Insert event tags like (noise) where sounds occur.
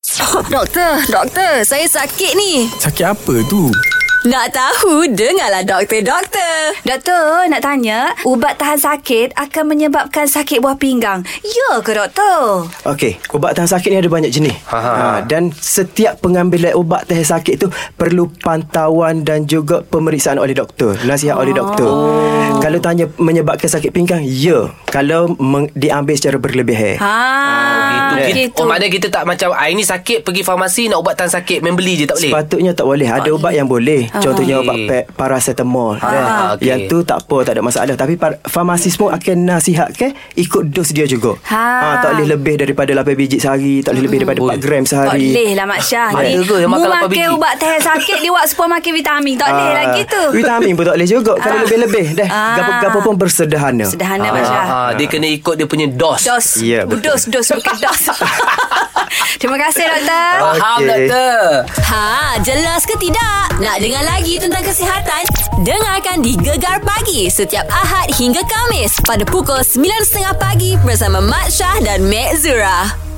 (laughs) Doktor, doktor, saya sakit ni. Sakit apa tu? Nak tahu, dengarlah doktor, doktor. Doktor, nak tanya, ubat tahan sakit akan menyebabkan sakit buah pinggang. Ya ke, doktor? Okey, ubat tahan sakit ni ada banyak jenis. Ha, dan setiap pengambilan ubat tahan sakit tu perlu pantauan dan juga pemeriksaan oleh doktor, nasihat oleh doktor. Kalau tanya menyebabkan sakit pinggang, ya. Kalau meng- diambil secara berlebihan. Ha, Gitu. ah, Kita, oh maknanya kita tak macam Hari ni sakit Pergi farmasi Nak ubat tahan sakit Main beli je tak boleh Ah. Sepatutnya tak boleh Ada ubat yang boleh Contohnya Okey. ubat pe- paracetamol Ah, kan? okey. Yang tu tak apa Tak ada masalah Tapi par- farmasis pun akan nasihat ke Ikut dos dia juga Ha. Ah, Tak boleh lebih daripada 8 biji sehari Tak boleh lebih daripada 4 gram Tak sehari boleh lah Mak Syah Ada ni. ke yang Mu makan lapar makan biji? ubat tahan sakit Dia buat super makan vitamin Tak boleh Ah, lah gitu Vitamin pun tak boleh juga Kalau lebih-lebih eh, Dah Ah. Gapo-gapo pun bersederhana Sederhana Mak Syah ha, ha, Dia kena ikut dia punya dos, Dos Ya, betul. Dos Dos bukan dos (laughs) Terima kasih doktor Faham Okey. doktor Ha, jelas ke tidak? Nak dengar lagi tentang kesihatan? Dengarkan di Gegar Pagi setiap Ahad hingga Kamis pada pukul 9.30 pagi bersama Mat Syah dan Mek Zura.